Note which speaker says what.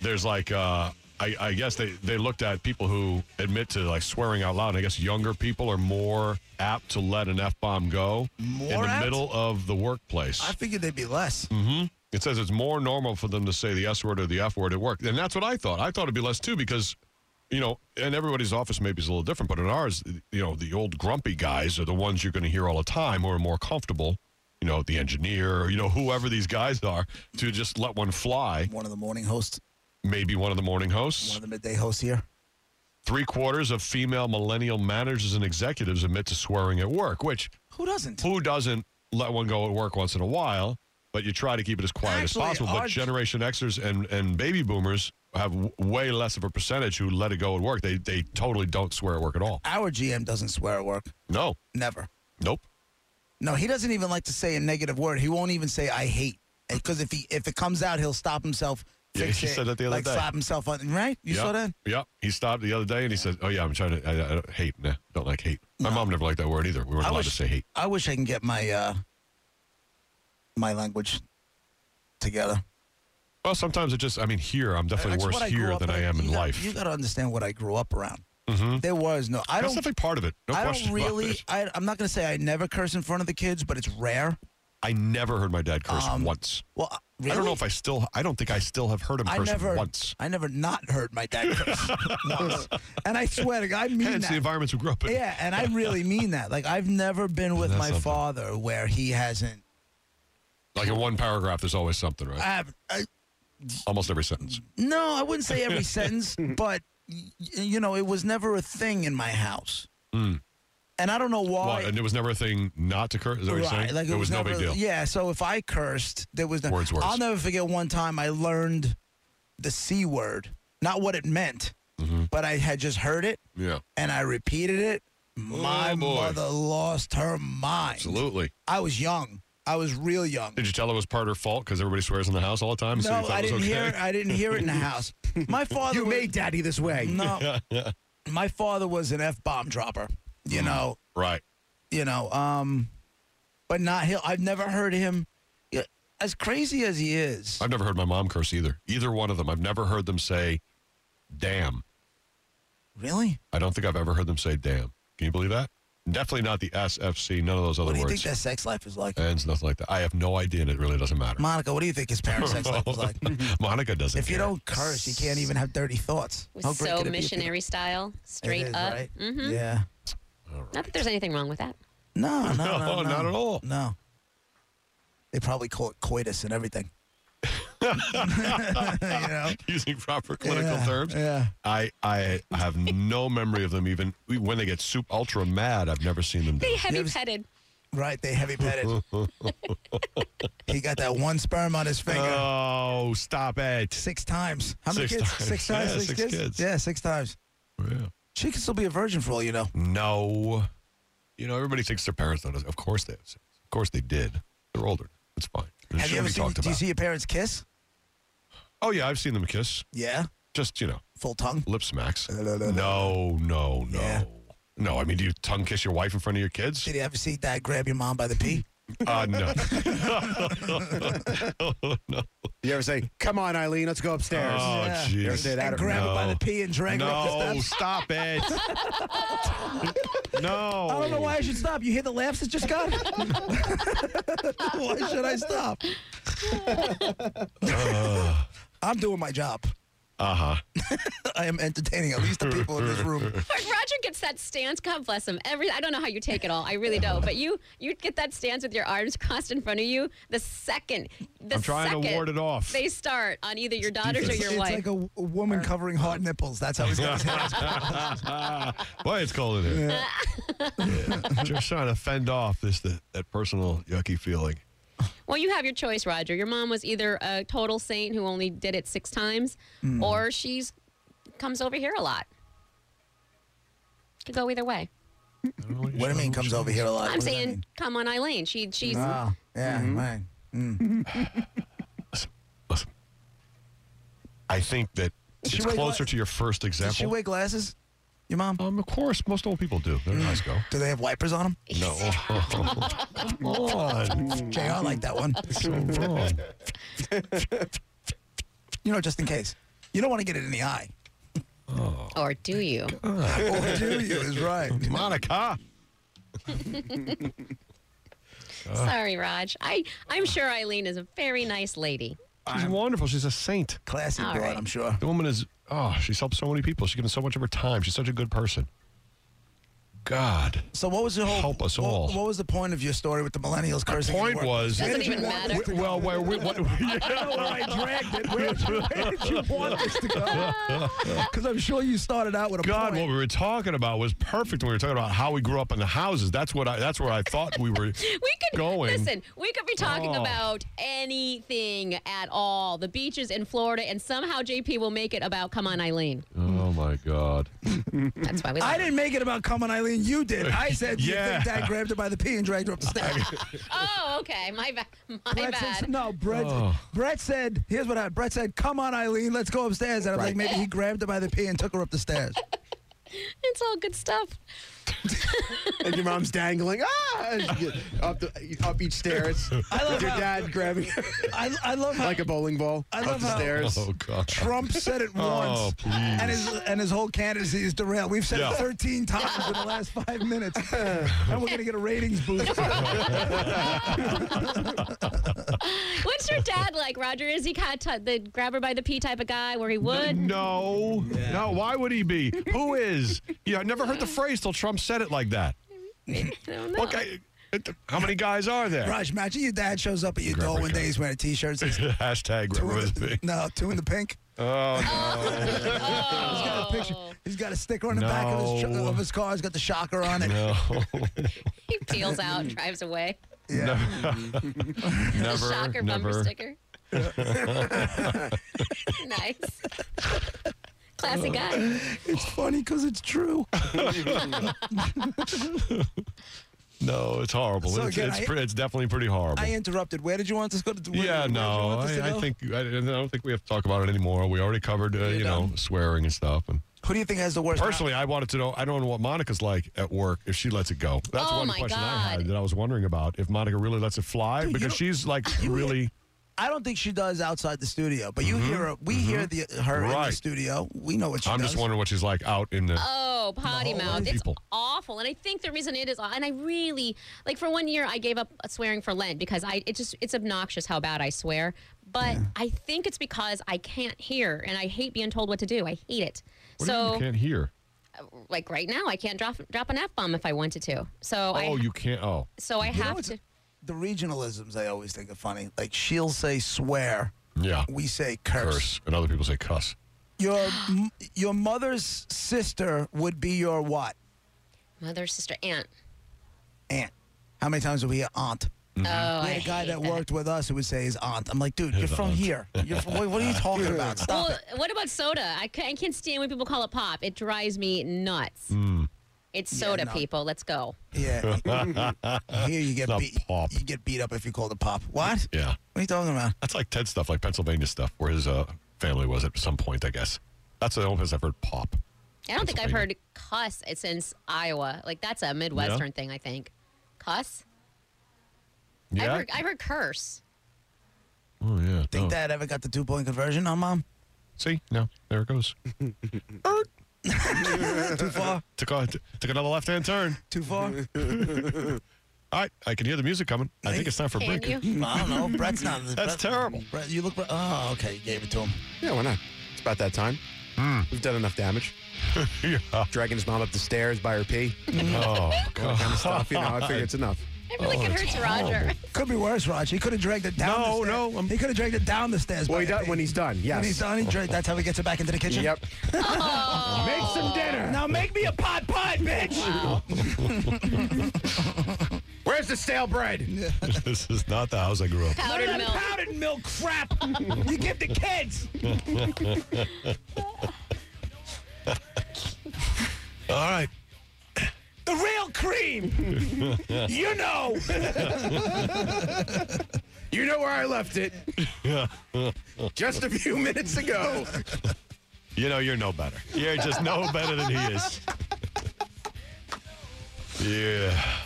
Speaker 1: there's like uh, I, I guess they, they looked at people who admit to like swearing out loud. And I guess younger people are more apt to let an f bomb go in
Speaker 2: More
Speaker 1: the
Speaker 2: apt?
Speaker 1: middle of the workplace.
Speaker 2: I figured there'd be less.
Speaker 1: Hmm. It says it's more normal for them to say the S word or the F word at work. And that's what I thought. I thought it'd be less too because, you know, and everybody's office maybe is a little different, but in ours, you know, the old grumpy guys are the ones you're going to hear all the time who are more comfortable, you know, the engineer, or, you know, whoever these guys are, to just let one fly.
Speaker 2: One of the morning hosts,
Speaker 1: Maybe one of the morning
Speaker 2: one
Speaker 1: hosts.
Speaker 2: of the midday hosts here.
Speaker 1: Three quarters of female millennial managers and executives admit to swearing at work, which
Speaker 2: Who doesn't?
Speaker 1: who doesn't let one go at work once in a while? But you try to keep it as quiet
Speaker 2: Actually,
Speaker 1: as possible.
Speaker 2: our-
Speaker 1: But Generation Xers and, and baby boomers have w- way less of a percentage who let it go at work. They they totally don't swear at work at all.
Speaker 2: Our GM doesn't swear at work.
Speaker 1: No,
Speaker 2: Never.
Speaker 1: nope.
Speaker 2: No, he doesn't even like to say a negative word. He won't even say "I hate" because if he if it comes out, he'll stop himself.
Speaker 1: Yeah,
Speaker 2: fix
Speaker 1: he
Speaker 2: it,
Speaker 1: said that the other
Speaker 2: like
Speaker 1: day.
Speaker 2: slap himself on. Right? You
Speaker 1: Yeah.
Speaker 2: saw that?
Speaker 1: Yeah, he stopped the other day and he said, "Oh yeah, I'm trying to I, I don't- hate. Nah, don't like hate. My mom never liked that word either. We weren't
Speaker 2: I
Speaker 1: allowed
Speaker 2: wish-
Speaker 1: to say hate.
Speaker 2: I wish I can get my uh my language together.
Speaker 1: Well, sometimes it just. I mean, here I'm definitely
Speaker 2: That's
Speaker 1: worse
Speaker 2: what I grew
Speaker 1: here
Speaker 2: up
Speaker 1: than I am
Speaker 2: you
Speaker 1: in
Speaker 2: gotta-
Speaker 1: life.
Speaker 2: You got to understand what I grew up around.
Speaker 1: Mhm.
Speaker 2: There was no. I
Speaker 1: That's
Speaker 2: don't.
Speaker 1: definitely part of it. No
Speaker 2: I
Speaker 1: question
Speaker 2: don't
Speaker 1: about
Speaker 2: really.
Speaker 1: it.
Speaker 2: I, I'm not going to say I never curse in front of the kids, but it's rare.
Speaker 1: I never heard my dad curse
Speaker 2: Um,
Speaker 1: once.
Speaker 2: Well, uh, really?
Speaker 1: I don't know if I still. I don't think I still have heard him
Speaker 2: I
Speaker 1: curse
Speaker 2: never,
Speaker 1: once.
Speaker 2: I never not heard my dad curse once, and I swear to God, I mean
Speaker 1: Hence the
Speaker 2: that.
Speaker 1: environments we grew up in.
Speaker 2: Yeah, and I really mean that. Like I've never been with
Speaker 1: That's
Speaker 2: my
Speaker 1: something.
Speaker 2: father where he hasn't.
Speaker 1: Like in one paragraph, there's always something,
Speaker 2: I,
Speaker 1: right?
Speaker 2: have- I,
Speaker 1: Almost every sentence.
Speaker 2: no, I wouldn't say every sentence, but y- you know, it was never a thing in my house,
Speaker 1: Mm.
Speaker 2: and I don't know why.
Speaker 1: What? And it was never a thing not to curse. Is that what you're saying?
Speaker 2: Like it,
Speaker 1: was, no
Speaker 2: never-
Speaker 1: big deal.
Speaker 2: Yeah, so if I cursed, there was no.
Speaker 1: Words worse.
Speaker 2: I'll never forget one time I learned the c word, not what it meant,
Speaker 1: Mhm.
Speaker 2: but I had just heard it
Speaker 1: Yeah,
Speaker 2: and I repeated it. My
Speaker 1: Oh, boy.
Speaker 2: mother lost her mind.
Speaker 1: absolutely.
Speaker 2: I was young. I was real young.
Speaker 1: Did you tell it was part of her fault because everybody swears in the house all the time? so you
Speaker 2: no,
Speaker 1: thought
Speaker 2: I
Speaker 1: it was
Speaker 2: didn't
Speaker 1: okay?
Speaker 2: hear. I didn't hear it in the house. My father. was,
Speaker 3: daddy this way.
Speaker 2: No, my father was an f bomb dropper. You
Speaker 1: Mm.
Speaker 2: know,
Speaker 1: Right.
Speaker 2: you know um but not he'll i've never heard him yeah, as crazy as he is
Speaker 1: I've never heard my mom curse either. Either one of them. I've never heard them say, damn.
Speaker 2: really
Speaker 1: I don't think I've ever heard them say damn. Can you believe that? Definitely not the SFC, none of those other
Speaker 2: what do you
Speaker 1: words.
Speaker 2: think their sex life is like
Speaker 1: and it's nothing like that. I have no idea, and it really doesn't matter.
Speaker 2: monica what do you think his parents sex life is like
Speaker 1: Monica doesn't
Speaker 2: if you
Speaker 1: care.
Speaker 2: don't curse you can't even have dirty thoughts
Speaker 4: was
Speaker 2: How great
Speaker 4: so
Speaker 2: could it be if you-
Speaker 4: missionary style,
Speaker 2: It
Speaker 4: straight
Speaker 2: is,
Speaker 4: up.
Speaker 2: right?
Speaker 4: Mm-hmm.
Speaker 2: yeah
Speaker 4: Not that there's anything wrong with that.
Speaker 2: no no, no,
Speaker 1: No, not at all.
Speaker 2: no they probably call it coitus and everything you know
Speaker 1: Using proper clinical
Speaker 2: yeah,
Speaker 1: terms.
Speaker 2: yeah
Speaker 1: I I have no memory of them even when they get soup ultra mad. I've never seen them do.
Speaker 4: They
Speaker 1: it.
Speaker 4: heavy
Speaker 2: was-
Speaker 4: petted.
Speaker 2: right they heavy petted he got that one sperm on his finger
Speaker 1: Oh, stop it!
Speaker 2: Six times. How many
Speaker 1: Six
Speaker 2: kids?
Speaker 1: times.
Speaker 2: Six times.
Speaker 1: Yeah,
Speaker 2: six,
Speaker 1: six
Speaker 2: kids?
Speaker 1: kids.
Speaker 2: Yeah, six times.
Speaker 1: Yeah.
Speaker 2: She could still be a virgin for all you know.
Speaker 1: No, you know everybody thinks their parents don't. Of course they have sex. Of course they did. They're older. It's fine. It
Speaker 2: Have you
Speaker 1: shouldn't
Speaker 2: ever
Speaker 1: be
Speaker 2: seen?
Speaker 1: talked
Speaker 2: Do you
Speaker 1: about.
Speaker 2: see your parents kiss?
Speaker 1: oh yeah, I've seen them kiss.
Speaker 2: Yeah,
Speaker 1: Just you know,
Speaker 2: full tongue.
Speaker 1: lip smacks.
Speaker 2: No, no, no,
Speaker 1: No, no,
Speaker 2: Yeah.
Speaker 1: no. No, I mean, do you tongue kiss your wife in front of your kids?
Speaker 2: Did you ever see dad grab your mom by the pee?
Speaker 1: Uh, no. no.
Speaker 3: You ever say, "Come on, Eileen, let's go upstairs"?
Speaker 1: Oh,
Speaker 2: Yeah.
Speaker 3: You ever
Speaker 1: jeez.
Speaker 3: say that?
Speaker 2: and
Speaker 3: or-
Speaker 2: grab her by
Speaker 1: No.
Speaker 2: the pee and drag her up the
Speaker 1: No,
Speaker 2: steps?
Speaker 1: stop it. no.
Speaker 2: I don't know why I should stop. You hear the laughs it just got? why should I stop? I'm doing my job.
Speaker 1: Uh huh.
Speaker 2: I am entertaining at least the people in this room.
Speaker 4: Roger gets that stance. God bless him. Every I don't know how you take it all. I really don't. But you you get that stance with your arms crossed in front of you the second the
Speaker 1: I'm trying to
Speaker 4: second
Speaker 1: ward it off.
Speaker 4: they start on either your daughters or
Speaker 2: It's,
Speaker 4: your
Speaker 2: it's
Speaker 4: wife.
Speaker 2: like a, w- a woman covering hot nipples. That's how he's got his hands.
Speaker 1: Boy, it's cold in here. Yeah. Just trying to fend off this that, that personal yucky feeling.
Speaker 4: Well, you have your choice, Roger. Your mom was either a total saint who only did it six times,
Speaker 2: Hmm.
Speaker 4: or she's comes over here a lot. Could go either way.
Speaker 2: What do you mean comes over here a lot? What
Speaker 4: I'm
Speaker 2: does that
Speaker 4: saying,
Speaker 2: mean?
Speaker 4: come on, Eileen. She she's
Speaker 1: Ah,
Speaker 2: Oh, yeah,
Speaker 1: mm-hmm.
Speaker 2: right.
Speaker 1: Listen, I think that
Speaker 2: she
Speaker 1: it's
Speaker 2: wear
Speaker 1: closer
Speaker 2: gla-
Speaker 1: to your first
Speaker 2: Does she
Speaker 1: example.
Speaker 2: wear glasses? Your mom?
Speaker 4: Oh.
Speaker 1: um, of course, most old people do. They're nice go.
Speaker 2: Do they have wipers on them?
Speaker 1: No, come on,
Speaker 2: JR liked that one.
Speaker 1: so wrong.
Speaker 2: You know, just in case. You don't want to get it in the eye.
Speaker 4: Or do you?
Speaker 2: Or do you? Is right.
Speaker 1: Monica.
Speaker 4: Sorry, Raj. I, I'm sure Eileen is a very nice lady.
Speaker 1: She's wonderful. She's a saint.
Speaker 2: Classy
Speaker 4: All
Speaker 2: broad,
Speaker 4: right.
Speaker 2: I'm sure.
Speaker 1: The woman is, oh, she's helped so many people. She's given so much of her time. She's such a good person. God.
Speaker 2: So what was your whole
Speaker 1: Help us
Speaker 2: what,
Speaker 1: all.
Speaker 2: What was the point of your story with the millennials cursing? at
Speaker 1: Point
Speaker 2: work?
Speaker 1: was.
Speaker 4: Doesn't even
Speaker 1: Well,
Speaker 4: matter.
Speaker 1: we- Well, where we, what,
Speaker 3: I dragged it. Where did you, where did you want this to go?
Speaker 2: because I'm sure you started out with a
Speaker 1: God,
Speaker 2: point.
Speaker 1: what we were talking about was perfect. When we were talking about how we grew up in the houses, that's what I. That's where I thought we were
Speaker 4: We could
Speaker 1: going.
Speaker 4: listen. We could be talking
Speaker 1: Oh.
Speaker 4: about anything at all. The beaches in Florida, and somehow JP will make it about "Come on, Eileen."
Speaker 1: Oh my God.
Speaker 4: That's why we.
Speaker 2: I
Speaker 4: love
Speaker 2: didn't make it about coming, Eileen. You did. I said
Speaker 1: Yeah.
Speaker 2: you think Dad grabbed her by the pee and dragged her up the stairs.
Speaker 4: it. Oh, okay. My bad. My
Speaker 2: Brett said,
Speaker 4: bad.
Speaker 2: no, Brett.
Speaker 1: Oh.
Speaker 2: Brett said, "Here's what happened." Brett said, "Come on, Eileen, let's go upstairs." And I'm like, maybe he grabbed her by the pee and took her up the stairs.
Speaker 4: It's all good stuff.
Speaker 3: And your mom's dangling. Ah! as you get Up, the, up each stairs.
Speaker 2: I love
Speaker 3: with your
Speaker 2: how-
Speaker 3: dad grabbing her
Speaker 2: I, I love how
Speaker 3: like a bowling ball
Speaker 2: I
Speaker 3: up
Speaker 2: love
Speaker 3: the
Speaker 2: how-
Speaker 3: stairs.
Speaker 1: Oh God.
Speaker 2: Trump said it once,
Speaker 1: Oh, please.
Speaker 2: and his and his whole candidacy is derailed. We've said
Speaker 1: Yeah.
Speaker 2: it 13 times in the last five minutes, and we're gonna get a ratings boost.
Speaker 4: What's your dad like, Roger? Is he kind of t- the grabber by the pee type of guy where he would?
Speaker 1: No, no. Why would he be? Who is? Yeah, I never heard the phrase till Trump said it like that.
Speaker 4: I don't know.
Speaker 1: Mm-hmm. Okay, it- how many guys are there?
Speaker 2: Raj, imagine your dad shows up at your door one day. He's wearing a T-shirt. Says,
Speaker 1: Hashtag
Speaker 2: "Two in
Speaker 1: remember with
Speaker 2: the-
Speaker 1: me.
Speaker 2: no, two in the pink.
Speaker 4: Oh.
Speaker 2: He's got a picture. He's got a sticker on the back of his,
Speaker 1: No.
Speaker 2: tr- of his car. He's got the shocker on it.
Speaker 1: No,
Speaker 4: He peels out and drives away.
Speaker 2: Yeah.
Speaker 4: The
Speaker 1: never,
Speaker 4: shocker bumper
Speaker 1: never.
Speaker 4: sticker. nice.
Speaker 1: Uh,
Speaker 4: Classy guy.
Speaker 2: It's funny because it's true.
Speaker 1: No, it's horrible.
Speaker 2: So
Speaker 1: it's,
Speaker 2: again,
Speaker 1: it's,
Speaker 2: I-
Speaker 1: pre- it's definitely pretty horrible.
Speaker 2: I interrupted. Where did you want us to go? To, where-
Speaker 1: yeah,
Speaker 2: where did you
Speaker 1: no,
Speaker 2: want us to
Speaker 1: I, I
Speaker 2: go?
Speaker 1: think I, I don't think we have to talk about it anymore. We already covered, uh, you know, swearing and stuff. And
Speaker 2: Who do you think has the worst?
Speaker 1: personally, I wanted to know. I don't know what Monica's like at work if she lets it go. That's
Speaker 4: Oh
Speaker 1: one
Speaker 4: my
Speaker 1: question I had
Speaker 4: God.
Speaker 1: that I was wondering about if Monica really lets it fly
Speaker 2: you
Speaker 1: because
Speaker 2: don't-
Speaker 1: she's like really.
Speaker 2: I don't think she does outside the studio, but you hear her. We hear the her in
Speaker 1: Mm-hmm. Right.
Speaker 2: the studio. We know what she
Speaker 1: I'm
Speaker 2: does.
Speaker 1: just wondering what she's like out in the.
Speaker 4: Oh, potty
Speaker 1: No,
Speaker 4: mouth. It's
Speaker 1: people.
Speaker 4: awful. And I think the reason it is, and I really, like, for one year, I gave up swearing for Lent because I, it just, it's obnoxious how bad I swear. But I think it's because I can't hear and I hate being told what to do. I hate it.
Speaker 1: what do you mean
Speaker 4: so,
Speaker 1: you can't hear.
Speaker 4: like, right now, I can't drop, drop an F bomb if I wanted to. So, I,
Speaker 1: Oh, you can't. Oh,
Speaker 4: so I
Speaker 2: You know
Speaker 4: have
Speaker 2: what's-
Speaker 4: to.
Speaker 2: The regionalisms I always think are funny. Like she'll say swear,
Speaker 1: yeah.
Speaker 2: we say curse.
Speaker 1: Curse, and other people say cuss.
Speaker 2: Your m- your mother's sister would be your what
Speaker 4: Mother, sister, aunt.
Speaker 2: aunt? How many times do we hear aunt?
Speaker 1: Mm-hmm.
Speaker 4: Oh,
Speaker 2: We
Speaker 4: I
Speaker 2: had a guy
Speaker 4: hate
Speaker 2: that, worked with us who would say his aunt. I'm like, dude, you're from here. You're from, what, what are you talking about? Stop
Speaker 4: Well,
Speaker 2: it.
Speaker 4: what about soda? I can't, I can't stand when people call it pop. It drives me nuts. It's soda,
Speaker 2: no.
Speaker 4: people. Let's go.
Speaker 2: Yeah. here you get
Speaker 1: Not
Speaker 2: beat.
Speaker 1: pop.
Speaker 2: You get beat up if you call the pop. What?
Speaker 1: Yeah,
Speaker 2: What are you talking about?
Speaker 1: that's like Ted stuff, like Pennsylvania stuff, where his uh, family was at some point. I guess that's the only place I've heard pop.
Speaker 4: I don't think I've heard
Speaker 1: Pennsylvania.
Speaker 4: cuss since Iowa. Like that's a Midwestern
Speaker 1: Yeah.
Speaker 4: thing, I think. Cuss.
Speaker 1: Yeah.
Speaker 4: I've, heard, I've heard curse.
Speaker 1: oh yeah.
Speaker 2: Think
Speaker 1: no.
Speaker 2: Dad ever got the two point conversion on mom?
Speaker 1: See, no, there it goes.
Speaker 2: Too far?
Speaker 1: took a, t- took another left hand turn.
Speaker 2: Too far?
Speaker 1: All right, I can hear the music coming. I think it's time for
Speaker 4: Can
Speaker 1: break.
Speaker 4: you?
Speaker 2: I don't know. Brett's not.
Speaker 1: That's terrible.
Speaker 2: Brett, you look. Oh, okay. You gave it to him.
Speaker 3: Yeah, why not? It's about that time.
Speaker 1: Hmm.
Speaker 3: We've done enough damage. Dragging his mom up the stairs by her pee.
Speaker 1: Oh
Speaker 3: All that
Speaker 1: God.
Speaker 3: kind of stuff. You know, I figure it's enough.
Speaker 4: It really could hurt Roger.
Speaker 2: Could be worse, Raj. He could have dragged it down.
Speaker 1: No,
Speaker 2: the stairs.
Speaker 1: no, I'm-
Speaker 2: He could have dragged it down the stairs.
Speaker 3: Well,
Speaker 2: by
Speaker 3: he
Speaker 2: the
Speaker 3: does
Speaker 2: feet.
Speaker 3: when he's done. Yes.
Speaker 2: When he's done, he dra- that's how he gets it back into the kitchen.
Speaker 3: Yep. Make some dinner.
Speaker 2: Now make me a pot pie, bitch.
Speaker 3: Where's the stale bread?
Speaker 1: this is not the house I grew up. in.
Speaker 4: Powdered milk.
Speaker 3: powdered milk crap you give the kids.
Speaker 1: All right.
Speaker 3: The real cream. you know. Oh. you know where I left it. Just a few minutes ago.
Speaker 1: You know, you're no better. You're just no better than he is. yeah.